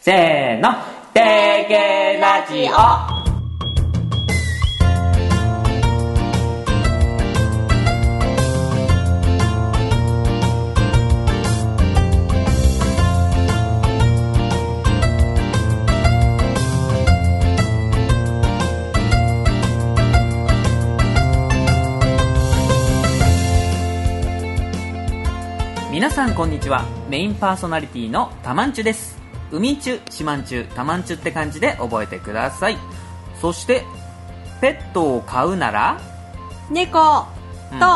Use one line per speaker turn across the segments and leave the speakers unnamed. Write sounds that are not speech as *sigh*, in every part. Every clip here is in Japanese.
せーの、
定型ラジオ
皆さんこんにちはメインパーソナリティのたまんちゅです海ちゅしまんちゅたまんちゅって感じで覚えてくださいそしてペットを飼うなら
猫
うん
と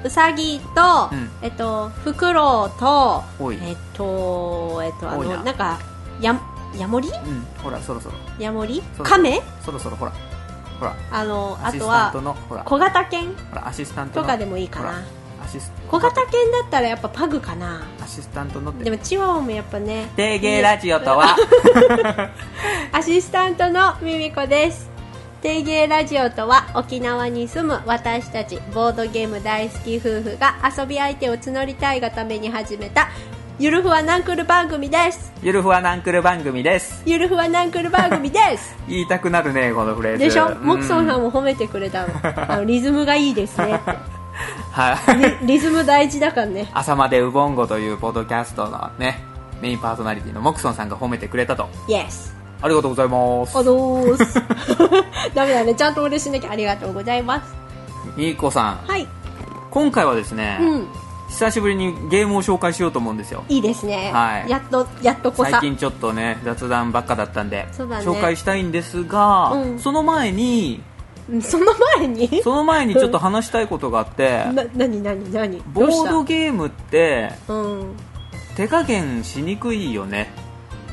うん、
うさぎと
うん、
えっと、フクロウと
おい、
えっと、えっと、あ
多い
の
な、
なんか、や、ヤモリ
うんほらそろそろ
ヤモリ
そう
カメ
そろそろほらほら
あの、
ア
あ
シ
と
スタン
は
ト、のほら
小型犬
ほらアシスタント
と
の
かでもいいか
ほ
な。
らアシス
小型犬だったらやっぱパグかな。
アシスタントのって
でもチワワもやっぱね、
定芸ラジオとは
アシスタントのミミコです。定芸ラジオとは沖縄に住む私たちボードゲーム大好き夫婦が遊び相手を募りたいがために始めたゆるふわナンクル番組です。
ゆるふわナンクル番組です
ゆるふわナンクル番
*laughs*
組です。
言いたくなるねこのフレーズ
でしょ、モクソンさん
も
も褒めてくれた
*laughs*
わあのリズムがいいですねって
はい *laughs*
リリズム大事だからね
朝までウボンゴというポッドキャストのねメインパーソナリティのモクソンさんが褒めてくれたと
イエス
ありがとうございます
あど
*laughs*
うすダメだねちゃんとお礼しなきゃありがとうございます
いい子さん
はい
今回はですね、
うん
久しぶりにゲームを紹介しようと思うんですよ
いいですね、
はい
やっとやっとこさ
最近ちょっとね雑談ばっかだったんで、
そうだね
紹介したいんですが、
うん
その前に
うんその前に
その前にちょっと話したいことがあって
な何何何どうし
ボー
た
ドゲームって
うん
手加減しにくいよね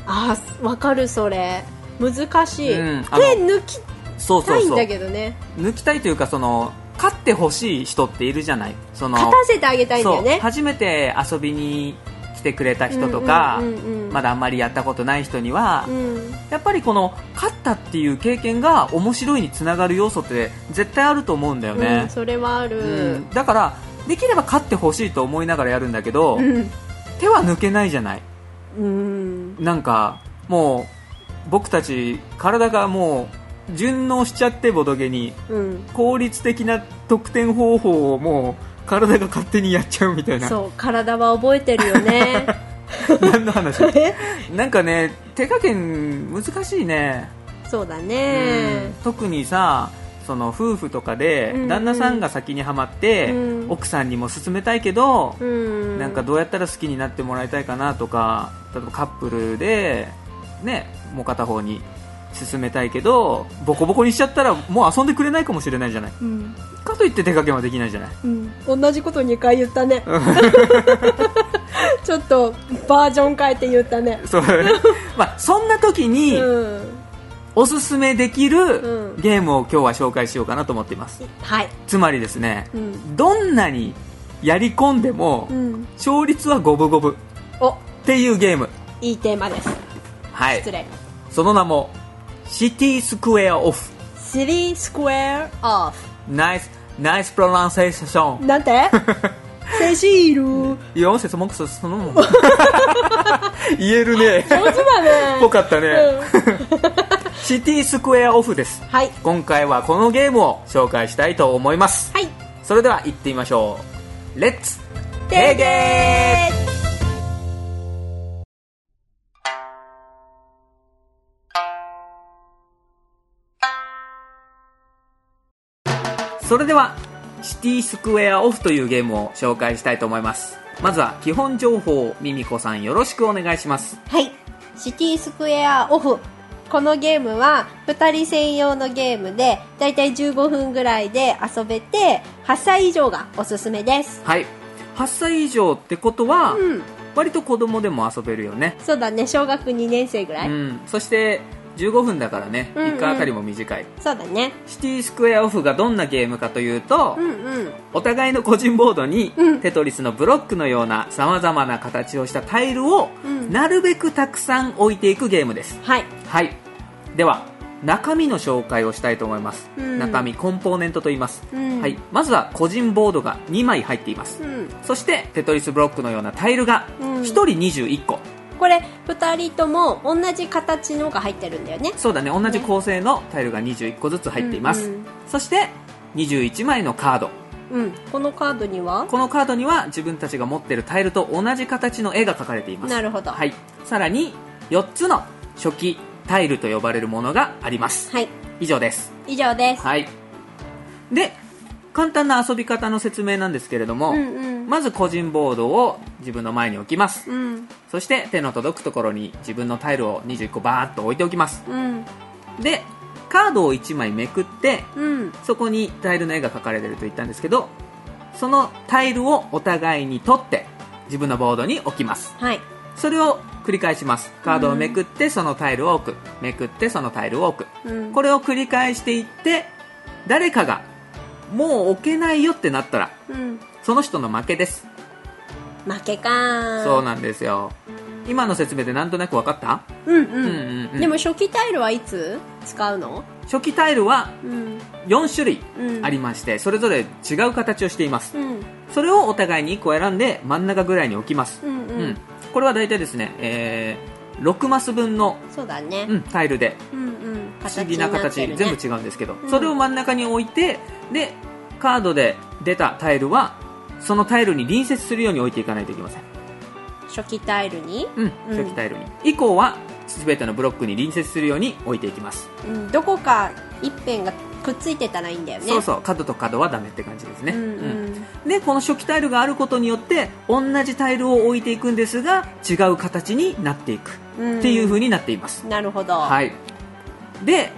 あーわかるそれ難しい、
うん
手
あの
抜き
そうそ
た
う
いん
そう
だけどね
抜きたいというかその勝ってほしい人っているじゃないその
勝たせてあげたいんだよ
そう
ね
初めて遊びに来てくれた人とか、
うんうんうんうん
まだあんまりやったことない人には、
うん
やっぱりこの勝ったっていう経験が面白いにつながる要素って絶対あると思うんだよ
う
ね
ん、、それはある、
うんだからできれば勝ってほしいと思いながらやるんだけど、
うん
手は抜けないじゃない
うん
なんかもう僕たち体がもう順応しちゃってボドゲに
うん
効率的な得点方法をもう体が勝手にやっちゃうみたいな
そう体は覚えてるよね
*laughs* 何の話
*laughs* え
なんかね手加減難しいね、
そうだ
うん
ね
特にさその夫婦とかで
うんうん
旦那さんが先にはまって、
うん
奥さんにも勧めたいけど、
うん
なんかどうやったら好きになってもらいたいかなとか例えばカップルで、ね、もう片方に勧めたいけどボコボコにしちゃったらもう遊んでくれないかもしれないじゃない
うん、
かといって手加減はできないじ
*laughs*
ゃない
うん、同じこと2回言った *laughs* ねちょっとバージョン変えて言ったね
そうまあそんな時
う
に
ん
おすすめできる
うん
ゲームを今日は紹介しようかなと思っています
はい
つまりですね
うん
どんなにやり込んでも
うん
勝率は五分五分
お
っていうゲーム
いいテーマです
はい
失礼
その名もシティスクエアオフ
シリースクエアオフ
ナイスナイスプロナンセーション
なん *laughs* てセシー *laughs* ル
いや音声もくそそのもん言えるね
上手だね
ぽかったね、
うん
シティスクエアオフです
はい
今回はこのゲームを紹介したいと思います
はい
それでは行ってみましょうレッツ
てげ
それではシティスクエアオフというゲームを紹介したいと思いますまずは基本情報をミミコさんよろしくお願いします
はい。シティスクエアオフ。このゲームは2人専用のゲームで、だいたい15分ぐらいで遊べて、8歳以上がおすすめです。
はい8歳以上ってことは、
うん。
割と子供でも遊べるよね
そうだね、小学2年生ぐらい。
うん、そして15分だからね、
うんうん
1回あたりも短い
そうだね。
シティスクエアオフがどんなゲームかというと、
うんうん。
お互いの個人ボードに、
うん
テトリスのブロックのようなさまざまな形をしたタイルを、
うん
なるべくたくさん置いていくゲームです
はい。
はいでは中身の紹介をしたいと思います、
うん
中身コンポーネントと言います、
うん
はい、まずは個人ボードが2枚入っています、
うん。
そしてテトリスブロックのようなタイルが
うん
1人21個、
うこれ2人とも同じ形のが入ってるんだよね
そうだね同じ構成のタイルが21個ずつ入っています、
うんうん
そして21枚のカード
うんこのカードには
このカードには自分たちが持っているタイルと同じ形の絵が描かれています
なるほど
はい、さらに4つの初期タイルと呼ばれるものがあります
はい
以上です
以上です、
はいで簡単な遊び方の説明なんですけれども、
うんうん
まず個人ボードを自分の前に置きます
うん
そして手の届くところに自分のタイルを21個バーッと置いておきます
うん
でカードを1枚めくって
うん
そこにタイルの絵が描かれてると言ったんですけどそのタイルをお互いに取って自分のボードに置きます
はい
それを繰り返しますカードをめくってそのタイルを置くめくってそのタイルを置く
うん
これを繰り返していって誰かがもう置けないよってなったら
うん
その人の負けです
負けかー
そうなんですよ今の説明でなんとなく分かった
うんう、
うんんうん
でも初期タイルはいつ使うの
初期タイルは
うん
4種類
うん
ありましてそれぞれ違う形をしています
うん
それをお互いに1個選んで真ん中ぐらいに置きます
うんう、
うんんこれは大体ですね、えー6マス分の、
そうだね、
うん、タイルで
うんうん
不思議な形
にってるね
全部違うんですけど、
ん
それを真ん中に置いてでカードで出たタイルはそのタイルに隣接するように置いていかないといけません、
初期タイルに、
うん、初期タイルに、以降は全てのブロックに隣接するように置いていきます、
うん、どこか一辺がくっついてたらいいんだよね
そうそう角と角はダメって感じですね、
うん
うんでこの初期タイルがあることによって同じタイルを置いていくんですが違う形になっていく
うんうん
っていう風になっています、
なるほど、
はいで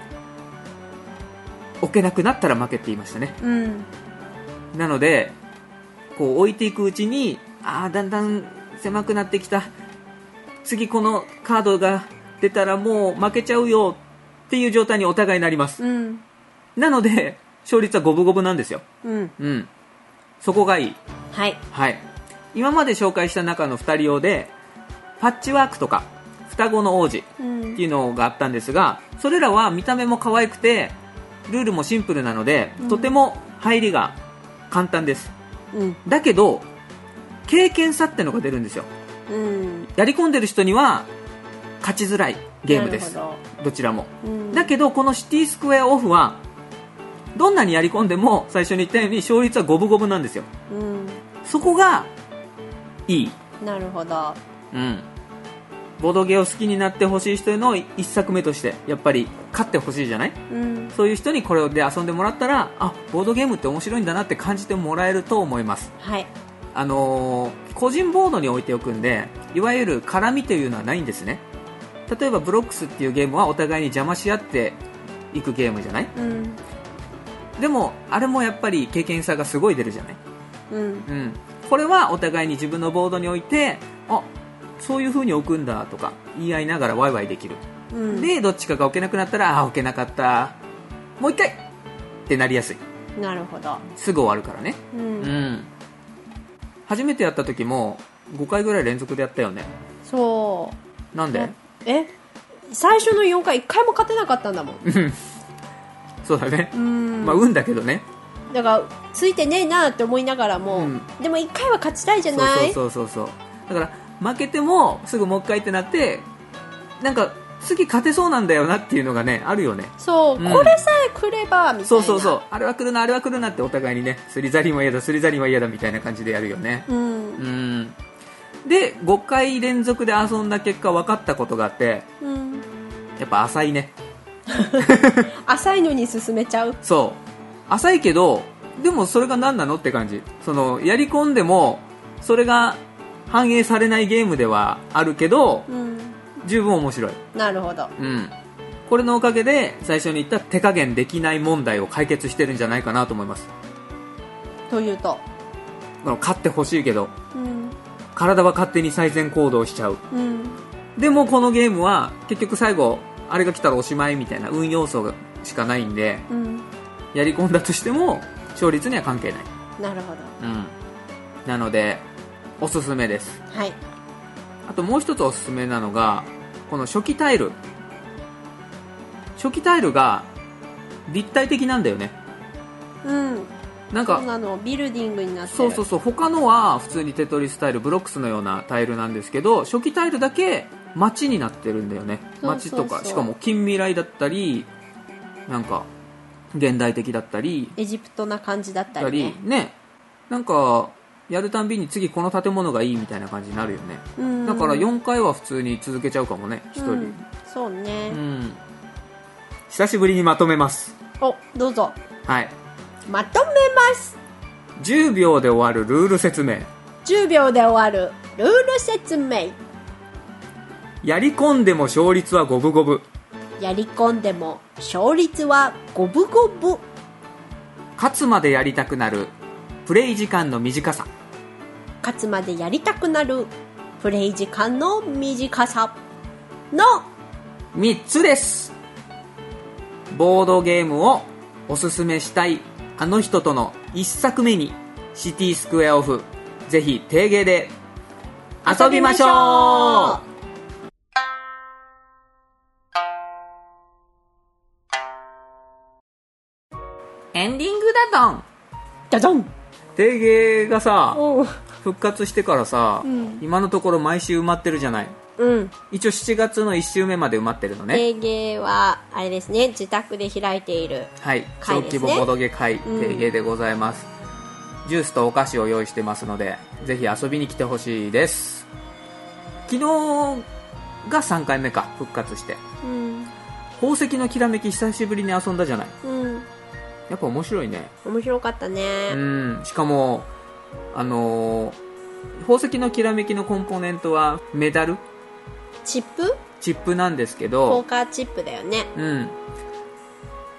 置けなくなったら負けって言いましたね
うん
なのでこう置いていくうちにああだんだん狭くなってきた次このカードが出たらもう負けちゃうよっていう状態にお互いになります
うん
なので勝率は五分五分なんですよ
うん
うんそこがいい
はい
はい今まで紹介した中の2人用でパッチワークとか双子の王子っ
うん
ていうのがあったんですがそれらは見た目も可愛くてルールもシンプルなので
うん
とても入りが簡単です
うん
だけど経験差ってのが出るんですよ
うん
やり込んでる人には勝ちづらいゲームです
なる
ど
ほ
ちらも
ど、うん、
だけどこのシティスクエアオフはどんなにやり込んでも最初に言ったように勝率は五分五分なんですよ
うん
そこがいい、
なるほど
うん、ボドゲを好きになってほしい人への一作目としてやっぱり勝ってほしいじゃない
うん
そういう人にこれで遊んでもらったらあボードゲームって面白いんだなって感じてもらえると思います
はい
あのー個人ボードに置いておくんでいわゆる絡みというのはないんですね例えばブロックスっていうゲームはお互いに邪魔し合っていくゲームじゃない
うん
でもあれもやっぱり経験差がすごい出るじゃない、
うん
うん、これはお互いに自分のボードに置いてあそういう風に置くんだとか言い合いながらワイワイできる、
うん
でどっちかが置けなくなったらあ置けなかったもう一回ってなりやすい
なるほど
すぐ終わるからね
うん、
うん初めてやった時も5回ぐらい連続でやったよね
そう
なんで
え最初の4回1回も勝てなかったんだもん
*laughs* そうだね
う、ん、
まあ運だけどね
だからついてねえなって思いながらも、
うん
でも1回は勝ちたいじゃ
そう
ない
そうそうそうそうだから負けてもすぐもう一回ってなってなんか次勝てそうなんだよなっていうのがねあるよね
そう
うん
これさえくればみたいな
そうそうそうあれは来るなあれは来るなってお互いにねすりざりも嫌だすりざりも嫌だみたいな感じでやるよね
う、ん
うんで5回連続で遊んだ結果分かったことがあって
うん、
やっぱ浅いね
浅いのに進めちゃう
そう浅いけどでもそれが何なのって感じそのやり込んでもそれが反映されないゲームではあるけど
うん
十分面白い、
なるほど
うん、これのおかげで最初に言った手加減できない問題を解決してるんじゃないかなと思います
というと
この勝ってほしいけど
うん
体は勝手に最善行動しちゃう
うん
でもこのゲームは結局最後あれが来たらおしまいみたいな運要素がしかないんで
うん
やり込んだとしても勝率には関係ない
なるほ
うん、なのでおすすめです
どはい
あともう一つおすすめなのがこの初期タイル初期タイルが立体的なんだよね
うん
なん
そ
か
うなのビルディングになってる
そうそうそう他のは普通にテトリスタイルブロックスのようなタイルなんですけど初期タイルだけ街になってるんだよね
そうそう
街
そう
とかしかも近未来だったりなんか現代的だったり
エジプトな感じだった
だ
りね
りねなんかやるたんびに次この建物がいいみたいな感じになるよね
うん
だから4回は普通に続けちゃうかもね1人、
うんそうね
うん、久しぶりにまとめます
おどうぞ
はい
まとめます
10秒で終わるルール説明
10秒で終わるルール説明
やり込んでも勝率は五分五分
やり込んでも勝率は五分五分
勝つまでやりたくなるプレイ時間の短さ
勝つまでやりたくなるプレイ時間の短さの
3つですボードゲームをおすすめしたいあの人との1作目にシティスクエアオフぜひ定芸で遊びましょうエンディングだとん
ダダン
定芸がさ
うん
復活してからさ、
うん
今のところ毎週埋まってるじゃない
うん
一応7月の1週目まで埋まってるのね、
定芸はあれですね自宅で開いている
はい、
会
小
ですね
規模ボドゲ会
うん
定芸でございます、ジュースとお菓子を用意してますのでぜひ遊びに来てほしいです昨日が3回目か復活して
うん
宝石のきらめき久しぶりに遊んだじゃない
うん
やっぱ面白いね
面白かった
う
ね
んしかもあのー宝石のきらめきのコンポーネントはメダル
チップ
チップなんですけ
ポ
ど
ー、カーチップだよね
うん、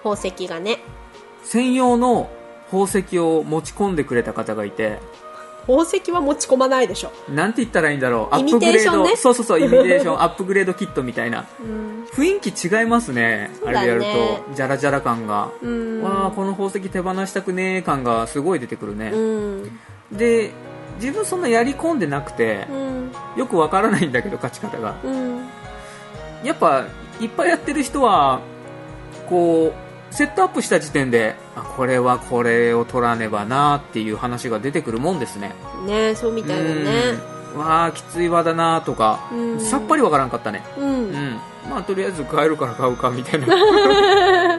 宝石がね
専用の宝石を持ち込んでくれた方がいて
宝石は持ち込まないでしょ
なんて言ったらいいんだろうア
イ
ッ
ミ
プグ
テー
レ
シ
ー
ョン
ド
ね
そうそうそうイミテーション *laughs* アップグレードキットみたいな
うん
雰囲気違いますね
そう
あ
だね
れやるとジャラジャラ感が、
うん
わあこの宝石手放したくねー感がすごい出てくるね
う、ん
で自分そんなやり込んでなくて
うん
よくわからないんだけど勝ち方が
うん
やっぱいっぱいやってる人はこうセットアップした時点であこれはこれを取らねばなっていう話が出てくるもんですね
ねそうみたいだね
うんわあきついわだなとか、
うん
さっぱりわからんかったね
う
うんんまあとりあえず買えるから買うかみたいな
*laughs*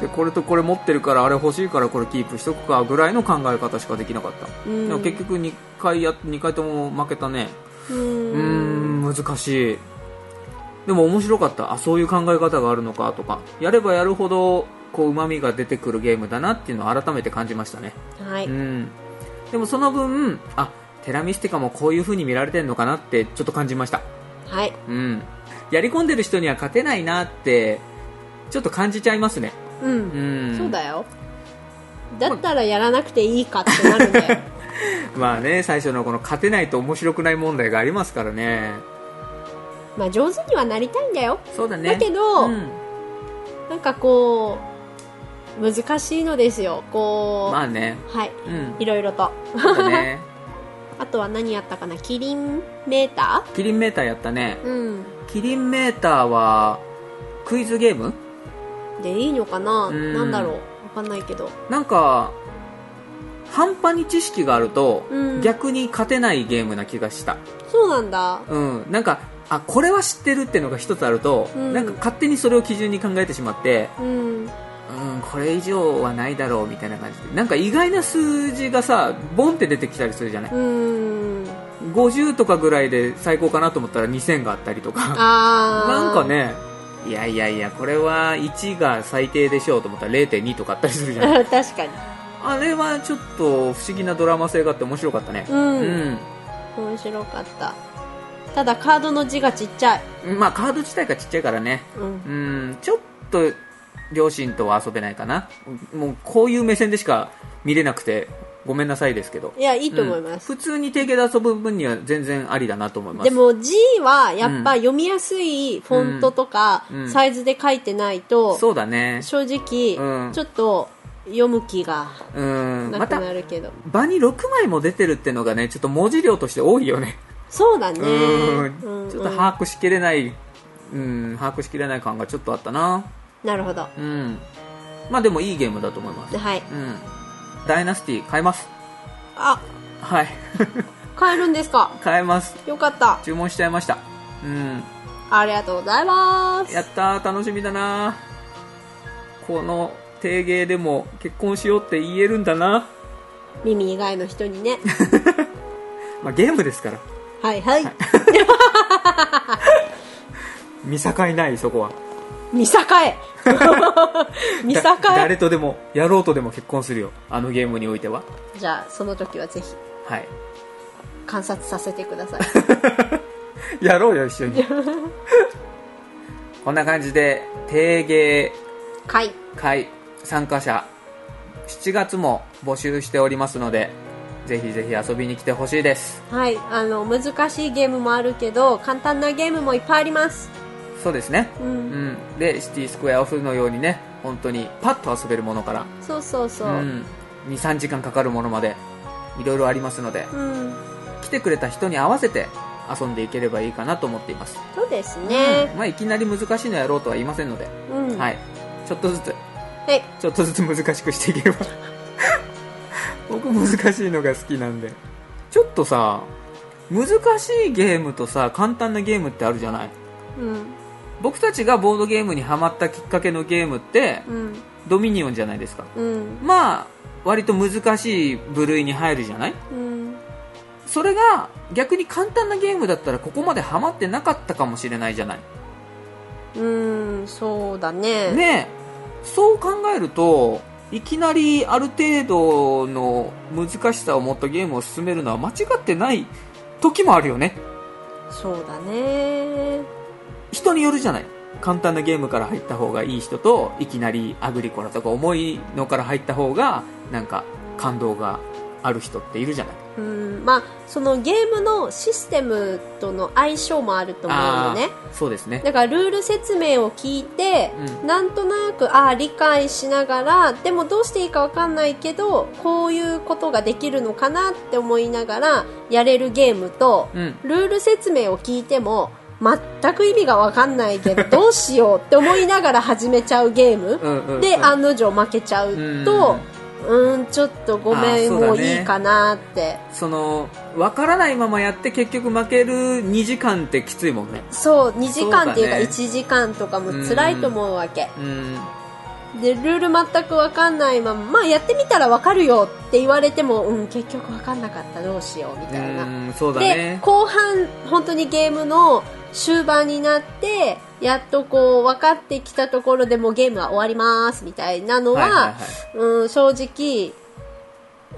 でこれとこれ持ってるからあれ欲しいからこれキープしとくかぐらいの考え方しかできなかった、
うん
でも結局2回や2回とも負けたね
う
うんーん難しいでも面白かったあそういう考え方があるのかとかやればやるほどこうまみが出てくるゲームだなっていうのを改めて感じましたね、
はいう
ん、でもその分あテラミスティカもこういう風に見られてるのかなってちょっと感じました、
はい、
うん、やり込んでる人には勝てないなってちょっと感じちゃいますね、
う、
うんん、
そうだよだったらやらなくていいかってな
*laughs*
るね
まあね最初のこの勝てないと面白くない問題がありますからね
まあ上手にはなりたいんだよ
そうだね
だけど
うん
なんかこう難しいのですよこう、
まあね
はい
うん
いろいろと *laughs*
そうだね
あとは何やったかなキリンメータ
キリンメーターやったね
ーうん
キリンメーターはクイズゲーム
でいいのかな
うん
なんだろうわかんないけど
なんか半端に知識があると、
うん
逆に勝てないゲームな気がした、
そうなんだ
うん、なんかあこれは知ってるってのが一つあると、
うん
なんか勝手にそれを基準に考えてしまって、
うん
うん、これ以上はないだろうみたいな感じでなんか意外な数字がさボンって出てきたりするじゃない、
うん
50とかぐらいで最高かなと思ったら2000があったりとか
あー
なんかねいやいやいやこれは1が最低でしょうと思ったら0.2とかあったりするじゃない
*laughs* 確かに
あれはちょっと不思議なドラマ性があって面白かったね。
うん、
うん。
面白かったただカードの字がちっちゃい
まあカード自体がちっちゃいからね。
うん
うん、ちょっと両親とは遊べないかな。もうこういう目線でしか見れなくて、ごめんなさいですけど。
いやい
い
いと思います、
普通に定型で遊ぶ分には全然ありだなと思います。
でも字はやっぱ読みやすいフォントとか
うんうん
サイズで書いてないと
そうだね。
正直
うん
ちょっと読む気が
うん。
な
ま
く
た、
なるけど
場に6枚も出てるってのがね、ちょっと文字量として多いよね。
そうだね
う。
うんん
ちょっと把握しきれない、うん、把握しきれない感がちょっとあったな。
なるほど
うん、まあでもいいゲームだと思います、
はい
うん、ダイナスティ買います
あ
はい *laughs*
買えるんですか
買えます
よかった
注文しちゃいましたうん
ありがとうございます
やったー楽しみだなこの提芸でも結婚しようって言えるんだな、
耳以外の人にね
まあ、ゲームですから
は
*laughs*
いはい
見境ないそこは
見境 *laughs* え見境
だ
え
誰とでもやろうとでも結婚するよあのゲームにおいては
じゃあその時はぜひ
はい
観察させてください
やろうよ一緒にこんな感じで定芸
*laughs* はい
会参加者7月も募集しておりますのでぜひぜひ遊びに来てほしいです
はいあの難しいゲームもあるけど簡単なゲームもいっぱいあります
そうですね
う、
うんんでシティスクエアオフのようにね本当にパッと遊べるものから
そうそうそうう、うん
ん23時間かかるものまでいろいろありますので来てくれた人に合わせて遊んでいければいいかなと思っています、
そうですね、
まあ、いきなり難しいのやろうとは言いませんので、
うん、
はいい、ちょっとずつ
はい、
ちょっとずつ *laughs* 難しくしていければ僕難しいのが好きなんでちょっとさ難しいゲームとさ簡単なゲームってあるじゃない
うん
僕たちがボードゲームにハマったきっかけのゲームって
うん
ドミニオンじゃないですか
うん
まあ割と難しい部類に入るじゃない
うん
それが逆に簡単なゲームだったらここまでハマってなかったかもしれないじゃない
うんそうだね
ねえそう考えるといきなりある程度の難しさを持ったゲームを進めるのは間違ってない時もあるよね
そうだね
人によるじゃない簡単なゲームから入った方がいい人といきなりアグリコラとか重いのから入った方がなんか感動がある人っているじゃない
うんまあそのゲームのシステムとの相性もあると思うのね
あーそうですね
だからルール説明を聞いて、
う
なんとなくあー理解しながらでもどうしていいかわかんないけどこういうことができるのかなって思いながらやれるゲームと、
うん
ルール説明を聞いても全く意味がわかんない
*laughs*
けどどうしようって思いながら始めちゃうゲーム、
うんうんうん
で案の定負けちゃうと、うん、んちょっとご
あ
め
ー
ん、
そうだね
もういいかなって
その分からないままやって結局負ける2時間ってきついもんね
そう2時間って
そ
いうか
うだね
1時間とかも辛いと思うわけ、
うん
でルール全く分かんないまま、まあ、やってみたら分かるよって言われても、うん、結局分かんなかったどうしようみたいな、
うんそうだ
で
ね
後半本当にゲームの終盤になってやっとこう分かってきたところでもうゲームは終わりますみたいなのは,、
はいはいはい
うん、正直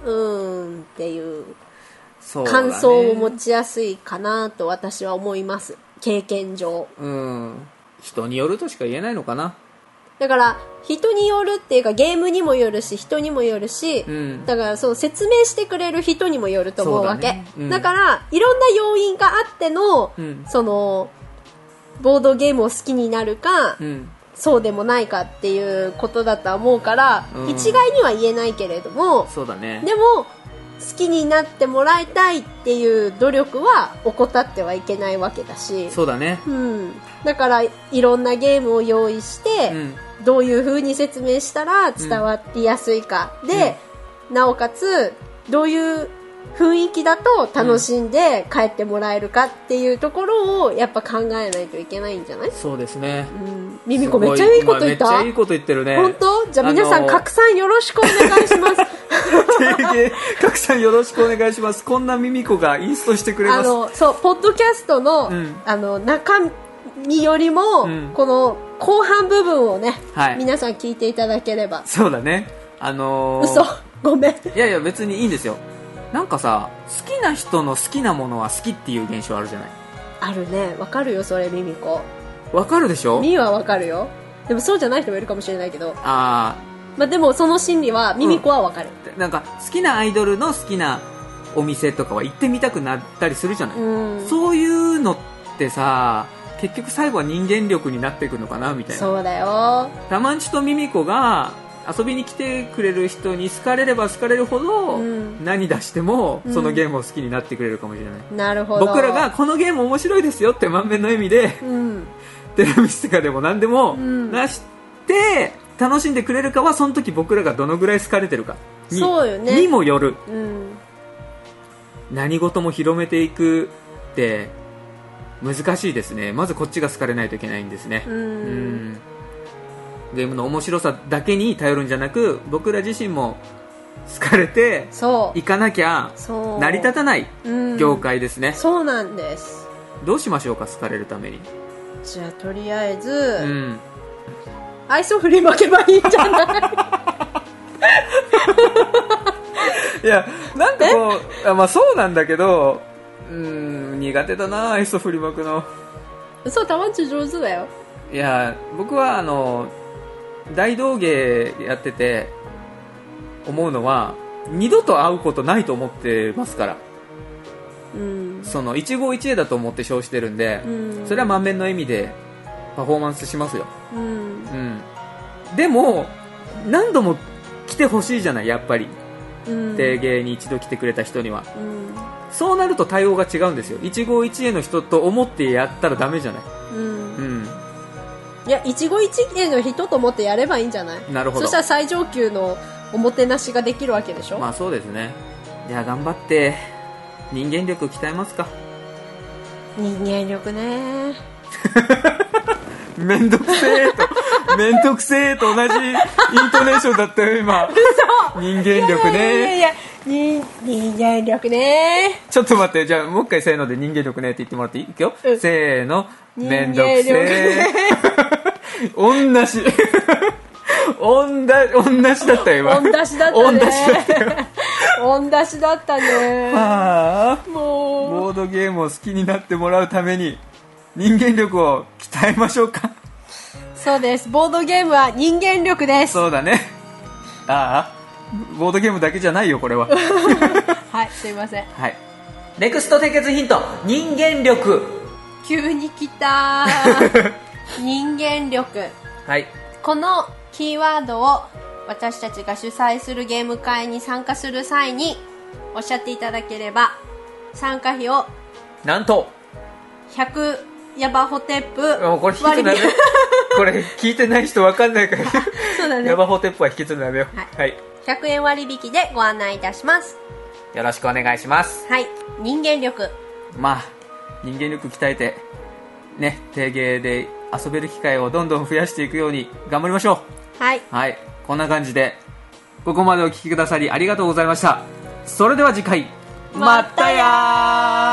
うーんっていう
そうだね
感想を持ちやすいかなと私は思います経験上
うん人によるとしか言えないのかな
だから人によるっていうかゲームにもよるし人にもよるし、
うん
だからそう説明してくれる人にもよると思うわけ
そ
だ,、
うだねうん
からいろんな要因があっての、
うん
そのボードゲームを好きになるか、
うん
そうでもないかっていうことだとは思うから、
うん
一概には言えないけれども
そうだね
でも好きになってもらいたいっていう努力は怠ってはいけないわけだし
そうだね
うん、だからいろんなゲームを用意して、
うん
どういう風に説明したら伝わりやすいか、で、なおかつどういう雰囲気だと楽しんで帰ってもらえるかっていうところをやっぱ考えないといけないんじゃない、
そうですね
うん、ミミコめっちゃいいこと言っ
すごいまあめっ
た
ちゃいいこと言ってるね
本当じゃあ皆さ
あ
ん
の
拡散よろしくお願い
*laughs*
します
定 *laughs* 芸各さんよろしくお願いしますこんなミミコがインストしてくれ
あ
ます
のそうポッドキャストの,、
うん
あの中身よりも、
うん
この後半部分をね、
はい
皆さん聞いていただければ
そうだねあのー
嘘ごめん
いやいや別にいいんですよなんかさ好きな人の好きなものは好きっていう現象あるじゃない
あるねわかるよそれミミコ
わかるでしょ
ミーはわかるよでもそうじゃない人もいるかもしれないけど、
ああ
まあ、でもその心理はミミコはわかる
なんか好きなアイドルの好きなお店とかは行ってみたくなったりするじゃない、
うん、
そういうのってさ結局最後は人間力になっていくのかなみたいな
そうだよ
たまんちとミミコが遊びに来てくれる人に好かれれば好かれるほど、
うん
何出しても
うん
そのゲームを好きになってくれるかもしれない、
なるほど
僕らがこのゲーム面白いですよって満面の笑みで
うん
テレビとかでも何でも
うん
出して楽しんでくれるかはその時僕らがどのぐらい好かれてるかに
そうよね
にもよる
うん
何事も広めていくって難しいですねまずこっちが好かれないといけないんですね
うん
うんゲームの面白さだけに頼るんじゃなく僕ら自身も好かれて
そ
いかなきゃ
うそう
成り立たない
うん
業界ですね、
そうなんです
どうしましょうか好かれるために、
じゃあとりあえず、
うん、
愛想振りまけばいいんじゃない
いやなんかこうあまあそうなんだけどうん苦手だな愛想振りまくの
*laughs* 嘘たまんち上手だよ
いや僕はあの大道芸やってて思うのは二度と会うことないと思ってますから
うん
その一期一会だと思って称してるんで、
うん
それは満面の笑みでパフォーマンスしますよ、
うん
うん、でも何度も来てほしいじゃないやっぱり
うん
定芸に一度来てくれた人には
うん
そうなると対応が違うんですよ一期一会の人と思ってやったらダメじゃない、
うん
うん、
いや一期一会の人と思ってやればいいんじゃない
なるほど
そしたら最上級のおもてなしができるわけでしょ、
まあそうですねじゃあ頑張って人間力鍛えますか
人間力ね
めんどくせえ
*laughs*
とめんどくせえと同じイントネーションだったよ今人間力
いやい
ね
やいや人人間力ね
ちょっと待ってじゃあもう一回せーので人間力ねって言ってもらっていいいくよ、
うん
せーの
人
め
間
んどく
力
せえ同じ同じ同
*laughs*
じだったよ今
音出しだったね
同じだ
*laughs*
ったよ
音出しだったね
ああ
もう
ボードゲームを好きになってもらうために人間力を鍛えましょうか
そうですボードゲームは人間力です
そうだねああボードゲームだけじゃないよこれ *laughs* は
はいすいません
はいネクスト締結ヒント人間力
急に来た人間力
*laughs* はい
このキーワードを私たちが主催するゲーム会に参加する際におっしゃっていただければ参加費を
なんと
100ヤバホテップ
もうこれ引き継
割
ぐのやめよ
引
*laughs*
*laughs*
うこれ聞いてない人わかんないから
そうだね
ヤバホテップは引き継ぐのやめよう
は
はい、
100円割引でご案内いたします
よろしくお願いします
はい人間力
まあ人間力鍛えてね定芸で遊べる機会をどんどん増やしていくように頑張りましょう
はい
はい、こんな感じで、ここまでお聞きくださりありがとうございました。それでは次回、
またや
またやー